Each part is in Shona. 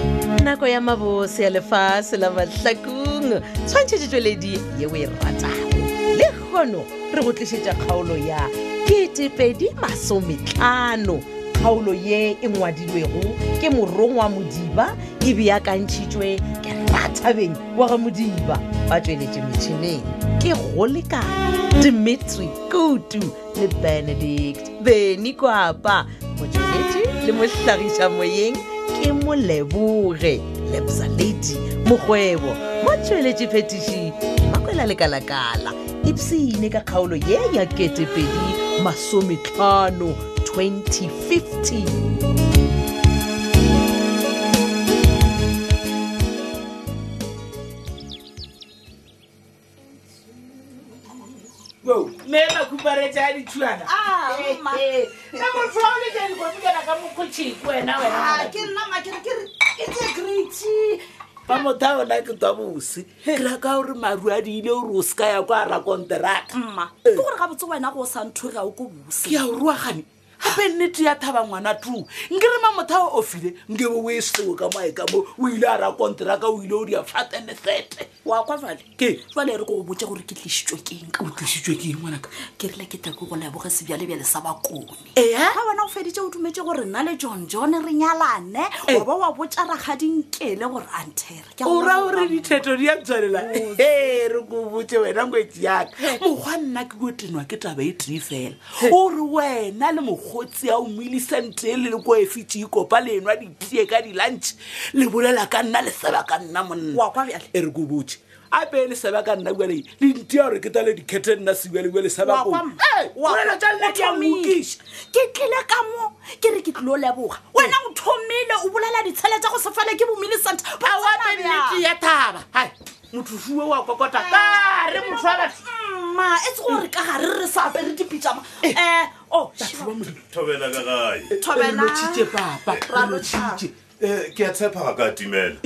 metshameko ya mabose ya lefase la mahlakong tshwantšhetšetšweledi yeo e ratago le kgono re go tlišetša kgaolo ya 250 kgaolo ye e ngwadilwego ke morongwa modiba e beakantšhitšwe ke rathabeng wa ga modiba ba tsweletše metšhineng ke go lekana dimitri kutu le benedict beny kwapa motsweletše le mohlagiša moyeng ke moleboge lebza lady mokgwebo mo tsweletše phetiši makwela lekalakala ipsene ka kgaolo ye ya ketepedi masometlhano 2015 mme makuparetse a dithuana Ah, e motho wa o lekane go fikela ka mokgochiki wena Ah, wena ba motha ona ke twa bose ke raka gore maru a diile gore o seka ya kwa ra konteraka mma ke gore ga botse wena go sa nthoga o ko bose ke ya o ruagane gape nnete ya thaba ngwana too nke re mamotha o ofile nkebe o e seo ka maeka mo o ile a ra konteraka o ile o dia fatenefete wa kwa vale Ke? jale re ko go botse gore ke tlisitswe keng o tlisitswe ke eng ngwanaka ke rile ke tako go leboge sebjalebjale sa bakone ee ga wena o feditse o dumetse gore nna le john john re nyalane Eh. wa ba wa botsa ragadinkele gore a nthere Ke a o go ra leboga, gore ditheto di a ntshwanela ee re ko botse wena ngwetsi yaka mokgwa nna ke ko tenwa ke taba e tee fela ore wena le mokgotsi ya o moilisante e le le ko efitse ikopa le enwa ditee ka di-lunch le bolela ka nna leseba ka nna monna Wa kwa bjale? e re ko botse ape leseba ka nna bjale le ntia gore ke ta le dikgethe nna sebjalebja wa leseba kwa mma. Wa kwa- bolelo tša o nne ke a thomile. mokiša ke tlile ka mo ke re ke tlile o leboga Eh. wena o thomile o bolela ditshele tsa go se fele ke bomile center Ba tsena bjang? awapenete ya thaba hai motho fuwe wa kokota kare motho wa batho mma e tse gore ka gare re sa apere dipitama Eh. um thobela ka gae lotšhitše papa Ra e lotšhitše Eh, ke a tshepa ga ka timela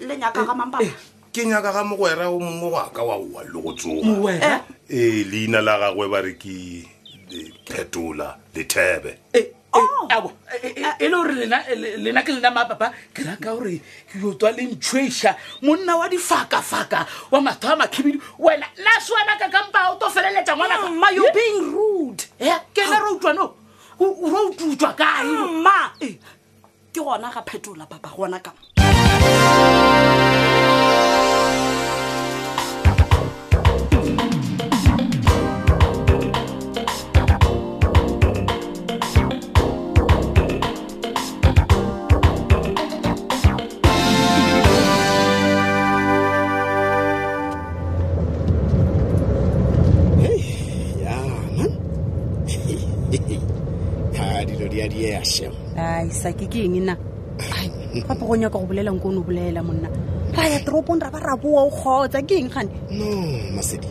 lenyaka Eh, ga Eh. mampapa ke nyaka ga mogwera o mongwe wa ka wa oa le go tsoga wena ee leina la gagwe ba re ke eh, phetola lethebe Eh, eh, aowa, eh, eh, e le gore lena le- lena ke lena mapapa ke raka gore ke yotswa le ntšhwesa monna wa difakafaka wa matho a makhibidu wena na sewana ka kampa o to feleletsa ngwanaka Oh, mma Mm, you being rude Eh, ke ena re utlwano o re ututswa kae mma Mm, Eh. ke gona ga phetola papa gona ka yana ha dilo di a diega sheo ai sake ke eng na Ai, gape go nyaka go bolelang ko o ne o bolela monna ra ya toropong ra ba ra boa o kgotsa ke eng gane no masedi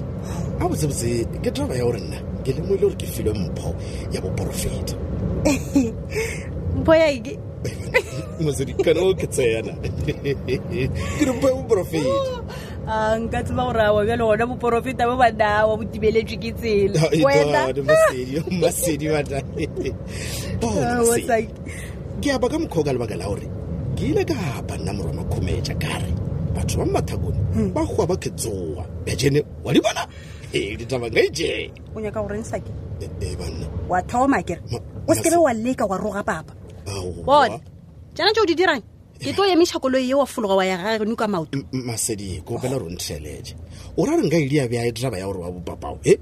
a botsebotse ke taba ya gore nna ke lemoile gore ke filwe mpho ya boporofeta boyaeke masedi kana o ke tseyana ke re mpo ya boporofeta a nka tseba gore awa bjale gona boporofeta bo banawa bo tibeletšwe ke tsela Oh, e Wena- masedi bata Oh, Ah, wa sake. ke aba ka mokgwa o ka lebaka la gore ke ile ka ba nna morwa makhumetša kare batho ba mathakone ba goa ba ketsoa bjajene wa di bona ee ditaba nka ijee o nyaka goreng sake ee banna wa thoma kere Ma- o sekebe Mase- wa leka wa roga papa aowa. bona jana tšeo di dirang ke tlo emiša koloi ye wa fologa wa ya gageno ka maoto M- masedi ko pela gore ntheletše o ra re nka e dia bjae draba ya gore wa bopapao e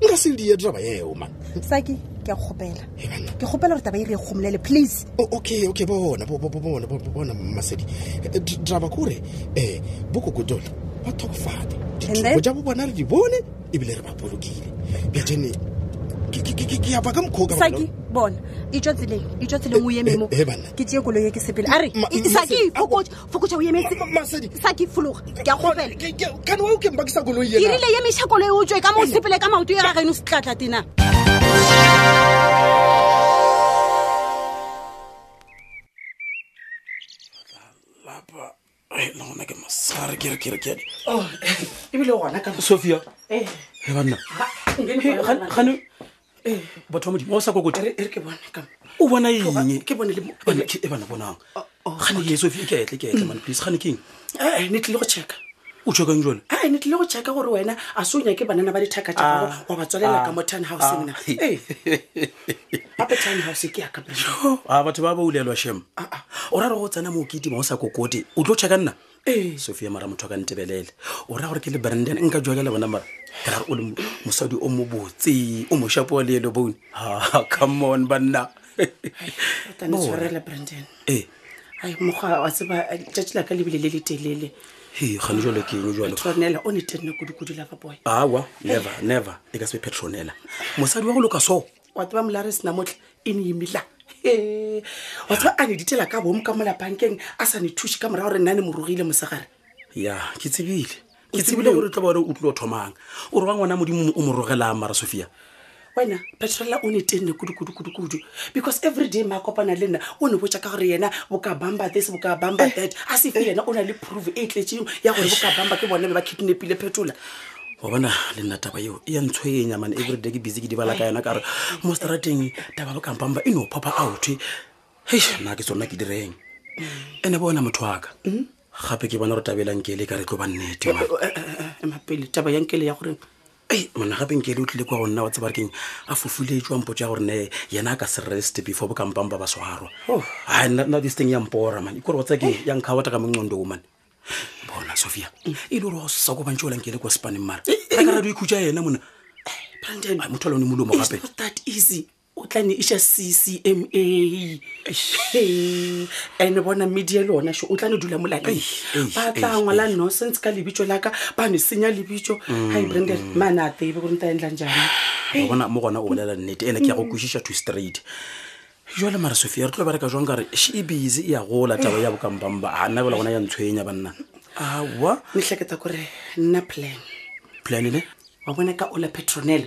nka se die draba ya eoma sake ke a kgopela e banna ke kgopela gore taba e re e kgomolele please O- okay okay bona bo- bo- bo- bona bo- bo- bona masedi Eh, d- draba kore um bokokotole ba thokofate ditoko then? ja bo bona re di bone ebile re ba bolokile bjatene ke apa ka mokgwa o ka bona- sake bona etswa tseleng etswa tseleng o ememo Eh, eh, banna. ke tee koloi ye ke sepele a re Ma- e- sake Masedi, a ko- fokotse fokotse o emetse Ma- Ma- Masedi. sake fologa ke a kgopela Ke- ke- kane wa o ke mpakisa koloi ke yena rile ye mešhakolo e o tswe ka mo sepele ka maoto e gageno se tlatla tena lapa ai le gona ke masare kere kere kere Oh, eh, ebile gona ka sophia Eh. e banna Hei, gan- gane Eh, batho ba modimo ga o sa kokote re ke bone ka o bona eng ke bone le mo- eh, Banna, ke- e bana bonang Oh, gane ye sofi ke etle ke etle man please gane keng ee ne tlile go checka o chekang jone ae ne tlile go checka gore wena a se o nyake banana ba dithaka tsa gago wa ba tswalela ka mo town houseng na Ee. gape town house ke yaka a batho ba ba ulelwa shem o ra re go tsena moo ketima o sa kokote o tlo cheka nna Ee. sophia mara motho a ka ntebelele o raya gore ke le brandon nka jwa ka le bona mara ke rare o le mo- mosadi o mo botse o moshapo wa le yelo bone a come on banna tane tshwarela brandon ee ai moga wa tseba tšatši la ka lebile le le telele he gane jalo ke eng jalo tshwanela o ne tenne kudu-kudu la fa boy awa never never e ka se be petronela mosadi wa go loka so wa tseba molare sena motlhe e ne emila He. wa tseba a ne ditela ka bom ka molapankeng a sa ne thuše ka morago gore nna ne morogile mosegare ya ke tsebile O ke tsebile? tsebile gore o tla bore o tlile o thomang o re wa ngwana modimo o mo rogelang mara sophia wena petrola o ne tenne kudu-kudu-kudu-kudu because every day ma kopana le nna o ne botsa ka gore yena boka bamba this boka Eh. bamba that a sefe yena o na le proof e tletseng ya gore boka bamba ke bone be ba kidnapile phetola wa bona le nna taba eo e ya ntsho e nyamane everyday ke busy ke dibala ka yona ka re mo strateng taba ba kampamba e no papa outhe hei nna ke tsona ke direng ene bona motho aka gape ke bona gore tabelang ke ele ka re tlo ba nnete man. Eh, emapele taba yankele ya gore ei mona gape nkele o tlile kwa go nna wa tseba re keng a fofile tswa mpotso ya gore ne yena a ka se rest before bokampang ba ba swarwa a nna this thing ya mpora man E ikore wa tsakeng ya nkga wata ka monqondoo man bona sophia e le gore wa sosa ko bantse o lankele kwa spaneng mara a ka rado ikhutsa yena mona brandon Ai, motho a lone molomo it's gape not that easy o tla ne e iša ccma and bona media le ona sho o tla ne dula molaleng ei, ba tla ei, ngwala nonsense ka lebitso laka ba ne senya lebitso hi brandon maane a tebe gore nta endlang jang wa bona mo gona o bolela nnete ene ke ya go kwešiša to straight jale mara sophia re tlo bereka jwang ka re she e busy e ya gola taba ya bokampang ba a nna bela gona ya ntshwenya banna awa metlhaketsa kore nna plan planele wa bona ka ola petronela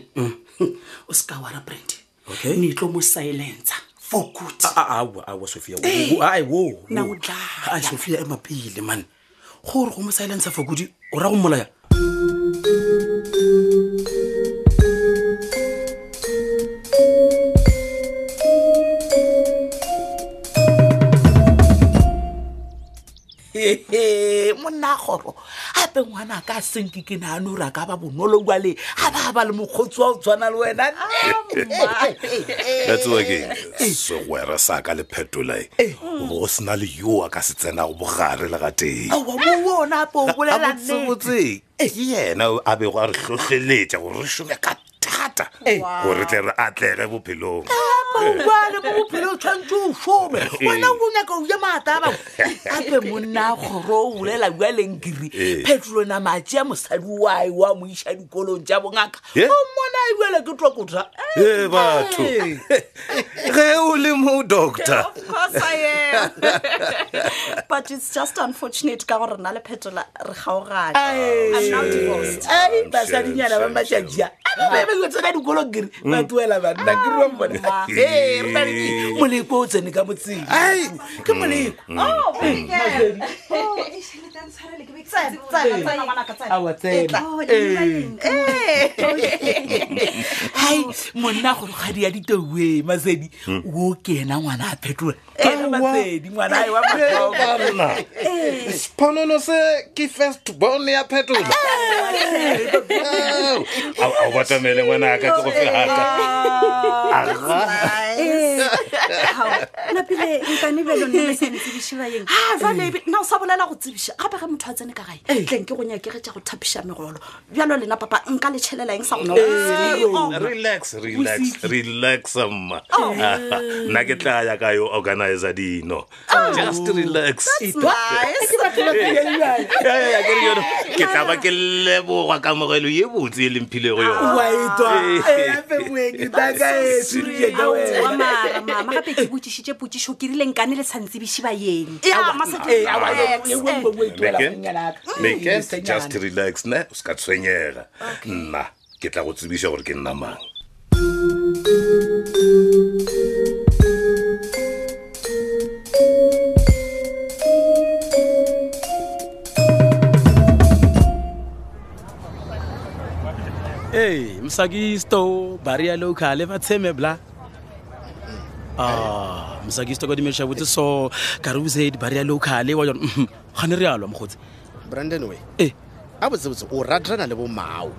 o seka wara brand Okay. ne tlo mo silencer for good Ah, awa sophia Eh, ae wo Na o tla. a sophia ema pele mane gore go mo silensa fakodi o ra go molaya ee monna kgoro gape ngwana ka senke ke naane ore a ka ba bonolo kwale ga ba ba le mokgotsi wa go tshwana le wena Eh, ka tsewa keng segwere sa ka le phetola Eh. o bo go sena le yo a ka se tsenago bogare le ga teng mo ona apo o bolela nnete. Eh. gabotsebotse ke yena a bego a re tlhotlheletša gore re šome ka thata Eh. gore tle re atlege bophelong Ah. Eh. bale mo bophelo o tshwanetse o some wena o nyaka o ja maataba gape monna kgoro o bolela Eh. jalenkiri petrolona matšea mosadi wae wa mo iša dikolong tša bongaka Eh? o mmona e jale ke tokota e batho Eh. ge o le mo ah. doctor Of course I am. but it's just unfortunate ka gore nna le phetola re gaogane I'm now divorced. ai basadinyana ba matšatšia ababeo tsena dikolong kere ba tuela banna kerwa mbona ee re na le ke moleko o tsene ka motseng ke moleko Oh, Miguel. Oh, eish, le tla ntshwarele, ke be ke sa tsebe gore Tsena, tsena, nna tsena ngwanaka, tsena. Aowa, tsena. Etla. Oh, le dira eng? Eh. hai monna gorogadi ya ditoue masedi wo ke ena ngwana a phetola ke ena masedi ngwana ae wa matlhoko sponono se ke first born ya phetola o batamele ngwana a ka ke go fegata napile nkane belo nne sa ntsebišiba eng Ah, jwale ebe- na o sa bolela go tsebiša gape ge motho a tsene ka gae tleng ke go nyakege tša go thapiša megolo bjalo lena papa nka letšhelela eng sa gona Oh, relax relax relax mma nna ke tla ya ka yo organizer dino just relax Eh, eh, akere yona, ke tla ba ke leboga kamogelo ye botse e lemphilego yona aowa mara mama gape ke botsišitše potsišo ke rile nkane le sa ntsebišiba eng Meke, just relax ne o se ka tshwenyega nna ke tla go tsebiša gore ke nna mang ee Ah, msakisto baria local ba tsheme bla a mosakistoko dimešha botse so ka re usaid baria locale wa jone mhm, gane Eh, re alwa mogotse brandon we ee a botsebotse o radrana le bomao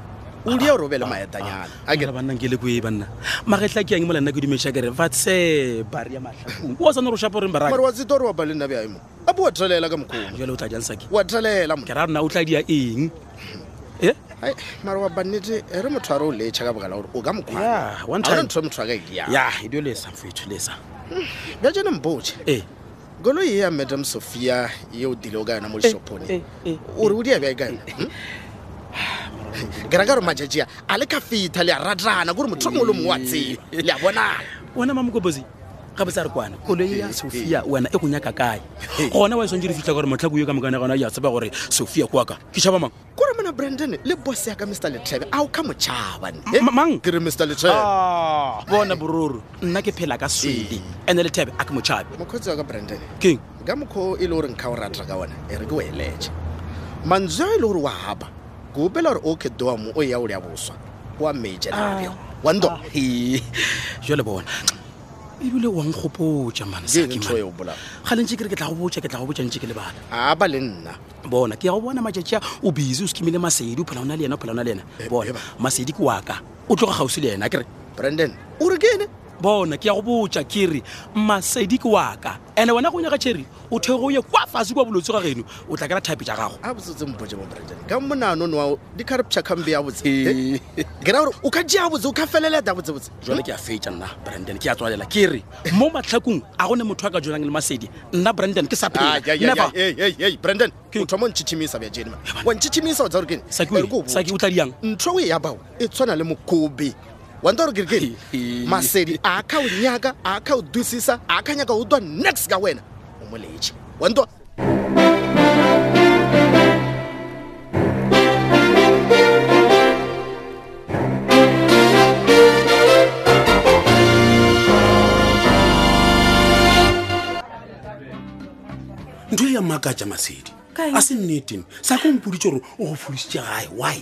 o lie gore o be le Ah, maetanyana a ke akere banna nkele koe banna magetla ke yang mola nna ke dumešha kere fatse baria matlhakong o sa ne ro shapo reng mare baraka wa tsitore wa bale nna beaemo a bo wa thelela ka mokgono jale o tla jang sake wa thelela mo ke ra rona o tla dia eng e Hai, mare wa bannete e re motho a re o letšha ka baka la gore o ka Yeah, one mokgwana time. ntho e motho a ka edia ya edio lesa fetho lesa Eh, bja jane mpoe ee koloi ye ya madam sophia ye o dile o ka Eh, yona mo dishopone o re o dia bjae e ka yona Hm? ke raka gore majajea a le ka fitha le a ratana kore motho o mongwe le mongwe wa tseba le a bonana Eh, wena mamokobosi ga botsa re kwana koloi ya sophia wena e go nyaka kae gona wa e swantse re fitlha gore motlhako yo ka mokane gona ya tseba gore sophia kwaka ke shaba mang kore mona brandon le bos yaka mr letrebe a o ka motšhabane M- mang? kere mr letrebe Ah, bona bororo nna ke phela ka swele Eh. ande le thebe a ke motšhabe mokgotsi wa ka brandon keng ka mokgwa o e le gore nkga o rata ka ona e re ke o eletše mantswe a e le gore wa aba ke opela gore o kedoa mo o ya o le ya boswa wa major nabjo wando jale bona E ebile wankgopotsa mane ke ntho eo bola ga lentse kere ke tla go botsa ke tla go botsa ntse ke lebala a ba le nna bona ke ya go bona matšatšia o busy o skimile masedi o phela o na le yena o phela o na le yena bona eba. masedi ke waka o tloga gausi le yena kere brandon o re ke ene bona ke ya go botsa ke re masedi ke waka and-e wena go nyaka cherry o thego o ye kwa fase kwa bolwetse ga geno o tla kera thapi ja gago a botsetse mpotse mo brandon ka monanone wao di carapture cambe ya botse Eh, ke ra gore o ka jea botse o ka feleleta botsebotse jale ke a fetsa nna brandon ke a tswalela ke re mo matlhakong a gone motho a ka jonang le masedi nna brandon ke sa Ah, phela never brandon Ke- o thoma o ntšhitšhimisa bjajenema wa ntšhitšhimisa o tsa gore ke ene? Saki E we, re ke o botse. Saki o tla diang? ntho o e ya bao e tshwana le mokobe wanta gore kerekere masedi a ka o nyaka a ka o dusisa a ka nyaka o twa next ka wena o mo letše wanta ntho e ya mmakatsa masedi Kae? a se nneteng sa ko mpoditse gore o go folositse gae why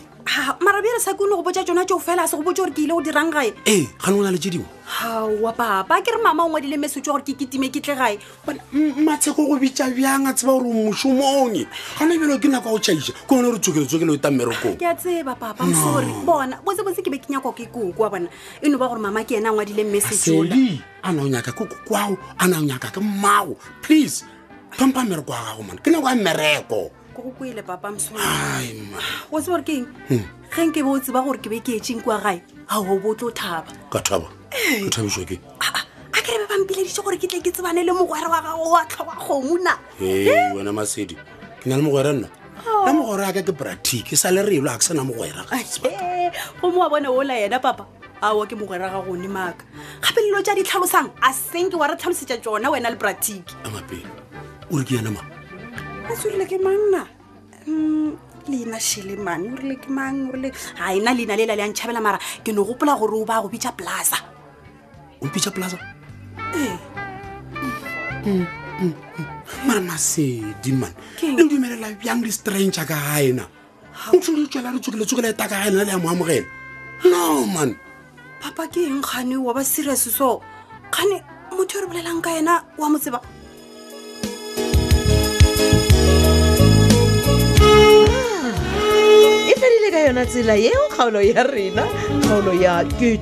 marabjale sa ke o ne go botsa tsona tseo fela a se go botse gore ke ile go dirang gae ee gane o na le tse dingwe gaowa papa ke re mama o ngwadile mesetse gore ke ketime ke tle gae Bona, m- matsheko go bitsa bjang a tseba gore o mošomong gana bjelo ke nako ya go tšhaiša ke one gore tsokele-tsokele o ta mmerekong ke a tseba papa I'm sorry bona botsebotse ke be ke nyakwa ke koko wa bona e no ba gore mama ke ena a ngwadile messageola sedi a na o nyaka ke kokwao a na o nyaka ke mmao please tlhompha mmereko wa gago mane ke nako ya mmereko ko go kwele papa I'm sorry. ai ma o tseba gore ke eng ge nke be o tseba gore ke be ke etseng kwa gae ga o bo tlo thaba ka thaba ke thabišwa ke Aa, a ke re be bampileditse gore ke tle ke tsebane le mogware wa gago wa tlhoba kgomo na e wena masedi ke na le mogwera nna Oh. na mogwera yaka ke bratic e sa le relo a ke sana mogwera Ee, gomo wa bone ola yena papa aowa ke mogwera ga gone maaka gape lelo tja di tlhalosang a senke wa re tlhalosetsa tsona wena le pratiki amapele o re ke yanama a tsorile ke manna leina shele mane o rile ke mang o rile ga ena leina le la le a ntšhabela mara ke no gopola gore o ba go bitša plaza ompitša plaza ee mara masedi man Keng? le o dumelela bjang le stranger ka gaena motho le tswela re tsokele-tsokele eta ka gaena le ya mo amogela no man papa ke eng kgane wa ba serius so kgane motho yo re bolelang ka ena wa mo tseba Ah. e fedile ka yona tsela yeo kgaolo ya rena kgaolo ya 2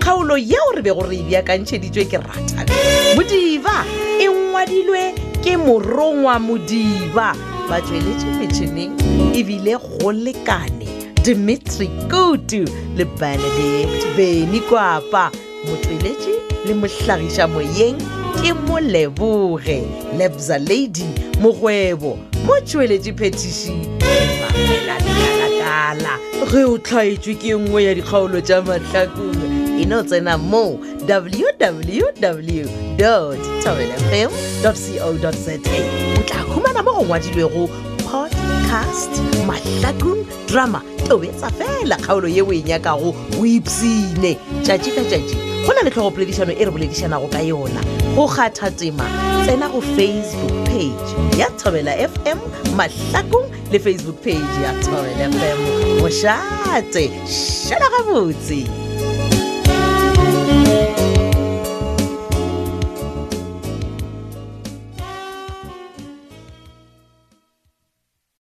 kgaolo yeo re be gore e beakantšheditšwe ke ratabe modiba e ngwadilwe ke morongwa modiba ba tsweletše metšhineng ebile go lekane dimitri kutu le benedict beny kwapa motsweletše le mohlagiša moyeng ke moleboge lebza lady mogwebo motsweletše phetiši mamela lekalakala ge o tlhaetswe ke nngwe ya dikgaolo tša mahlakong e no tsena mo www tabelfm co za o tla khumana mo go ngwadilwego podcast mahlakong drama tobetsa fela kgaolo ye o e nyakago o ipsene tšatši ka tšatši go na le tlhogopoledišano e re boledišanago ka yona go kgatha tema tsena go facebook page ya thobela fm mahlakong le facebook page ya thobela fm mošate šala gabotse